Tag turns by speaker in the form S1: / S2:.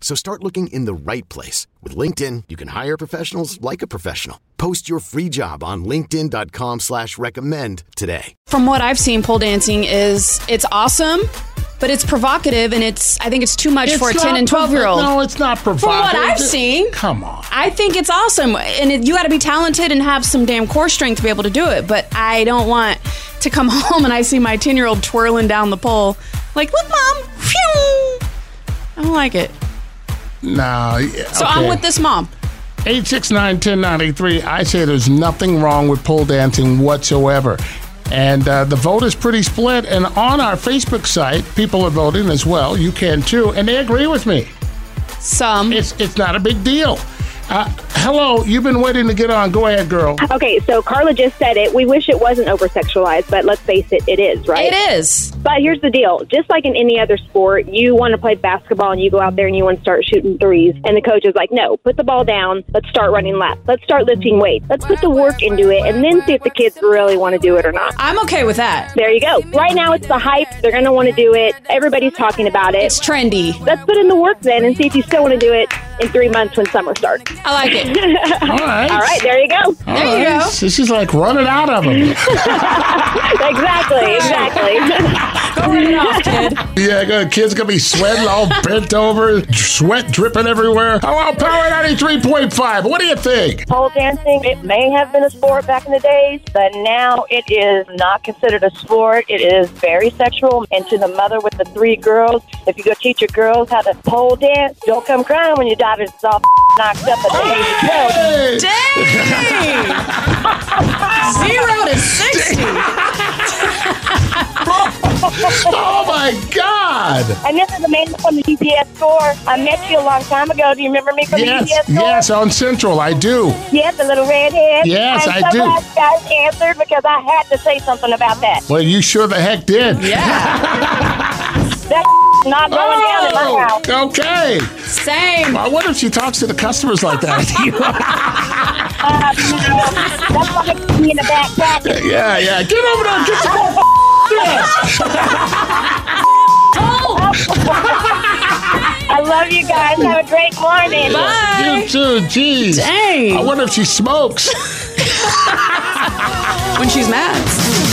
S1: So start looking in the right place. With LinkedIn, you can hire professionals like a professional. Post your free job on linkedin.com slash recommend today.
S2: From what I've seen, pole dancing is it's awesome, but it's provocative and it's I think it's too much
S3: It's
S2: for a
S3: not
S2: 10 and 12 year old.
S3: No, it's not provocative.
S2: From what I've seen.
S3: Come on.
S2: I think it's awesome, and it, you got to be talented and have some damn core strength to be able to do it. But I don't want to come home and I see my ten year old twirling down the pole, like look, mom, Phew." I don't like it.
S3: No.
S2: So I'm with this mom.
S3: 869 1093. I say there's nothing wrong with pole dancing whatsoever. And uh, the vote is pretty split. And on our Facebook site, people are voting as well. You can too. And they agree with me.
S2: Some
S3: It's, it's not a big deal. Uh, hello, you've been waiting to get on. Go ahead, girl.
S4: Okay, so Carla just said it. We wish it wasn't over sexualized, but let's face it, it is, right?
S2: it is.
S4: But here's the deal just like in any other sport, you want to play basketball and you go out there and you want to start shooting threes. And the coach is like, no, put the ball down. Let's start running laps. Let's start lifting weights. Let's put the work into it and then see if the kids really want to do it or not.
S2: I'm okay with that.
S4: There you go. Right now, it's the hype. They're going to want to do it. Everybody's talking about it.
S2: It's trendy.
S4: Let's put in the work then and see if you still want to do it in three months when summer starts.
S2: I like it.
S3: All right.
S4: All right, there you go.
S2: There you go.
S3: This is like running out of them.
S4: Exactly, exactly.
S2: Go run it off, kid.
S3: Yeah, the kid's gonna be sweating all bent over, sweat dripping everywhere. Oh, well, power 93.5. What do you think?
S5: Pole dancing, it may have been a sport back in the days, but now it is not considered a sport. It is very sexual. And to the mother with the three girls, if you go teach your girls how to pole dance, don't come crying when your daughter's all knocked up at the age of 12.
S3: Hey!
S2: Dang! Zero to sixty.
S3: Oh my God!
S5: And this is Amanda from the GPS store. I met you a long time ago. Do you remember me from
S3: Yes,
S5: the GPS store?
S3: yes, on Central, I do.
S5: Yes, the little redhead.
S3: Yes,
S5: I'm
S3: I
S5: so
S3: do.
S5: glad you guys answered because I had to say something about that.
S3: Well, you sure the heck did.
S2: Yeah.
S5: That's not going down in my house.
S3: Oh, okay.
S2: Same.
S3: I wonder if she talks to the customers like that.
S5: Uh, you know, that's like me in the back pocket.
S3: yeah, yeah. Get over there. Get some more dance.
S5: I love you guys. Have a great morning.
S3: You too. Jeez. I
S2: Dang.
S3: wonder if she smokes.
S2: When she's mad.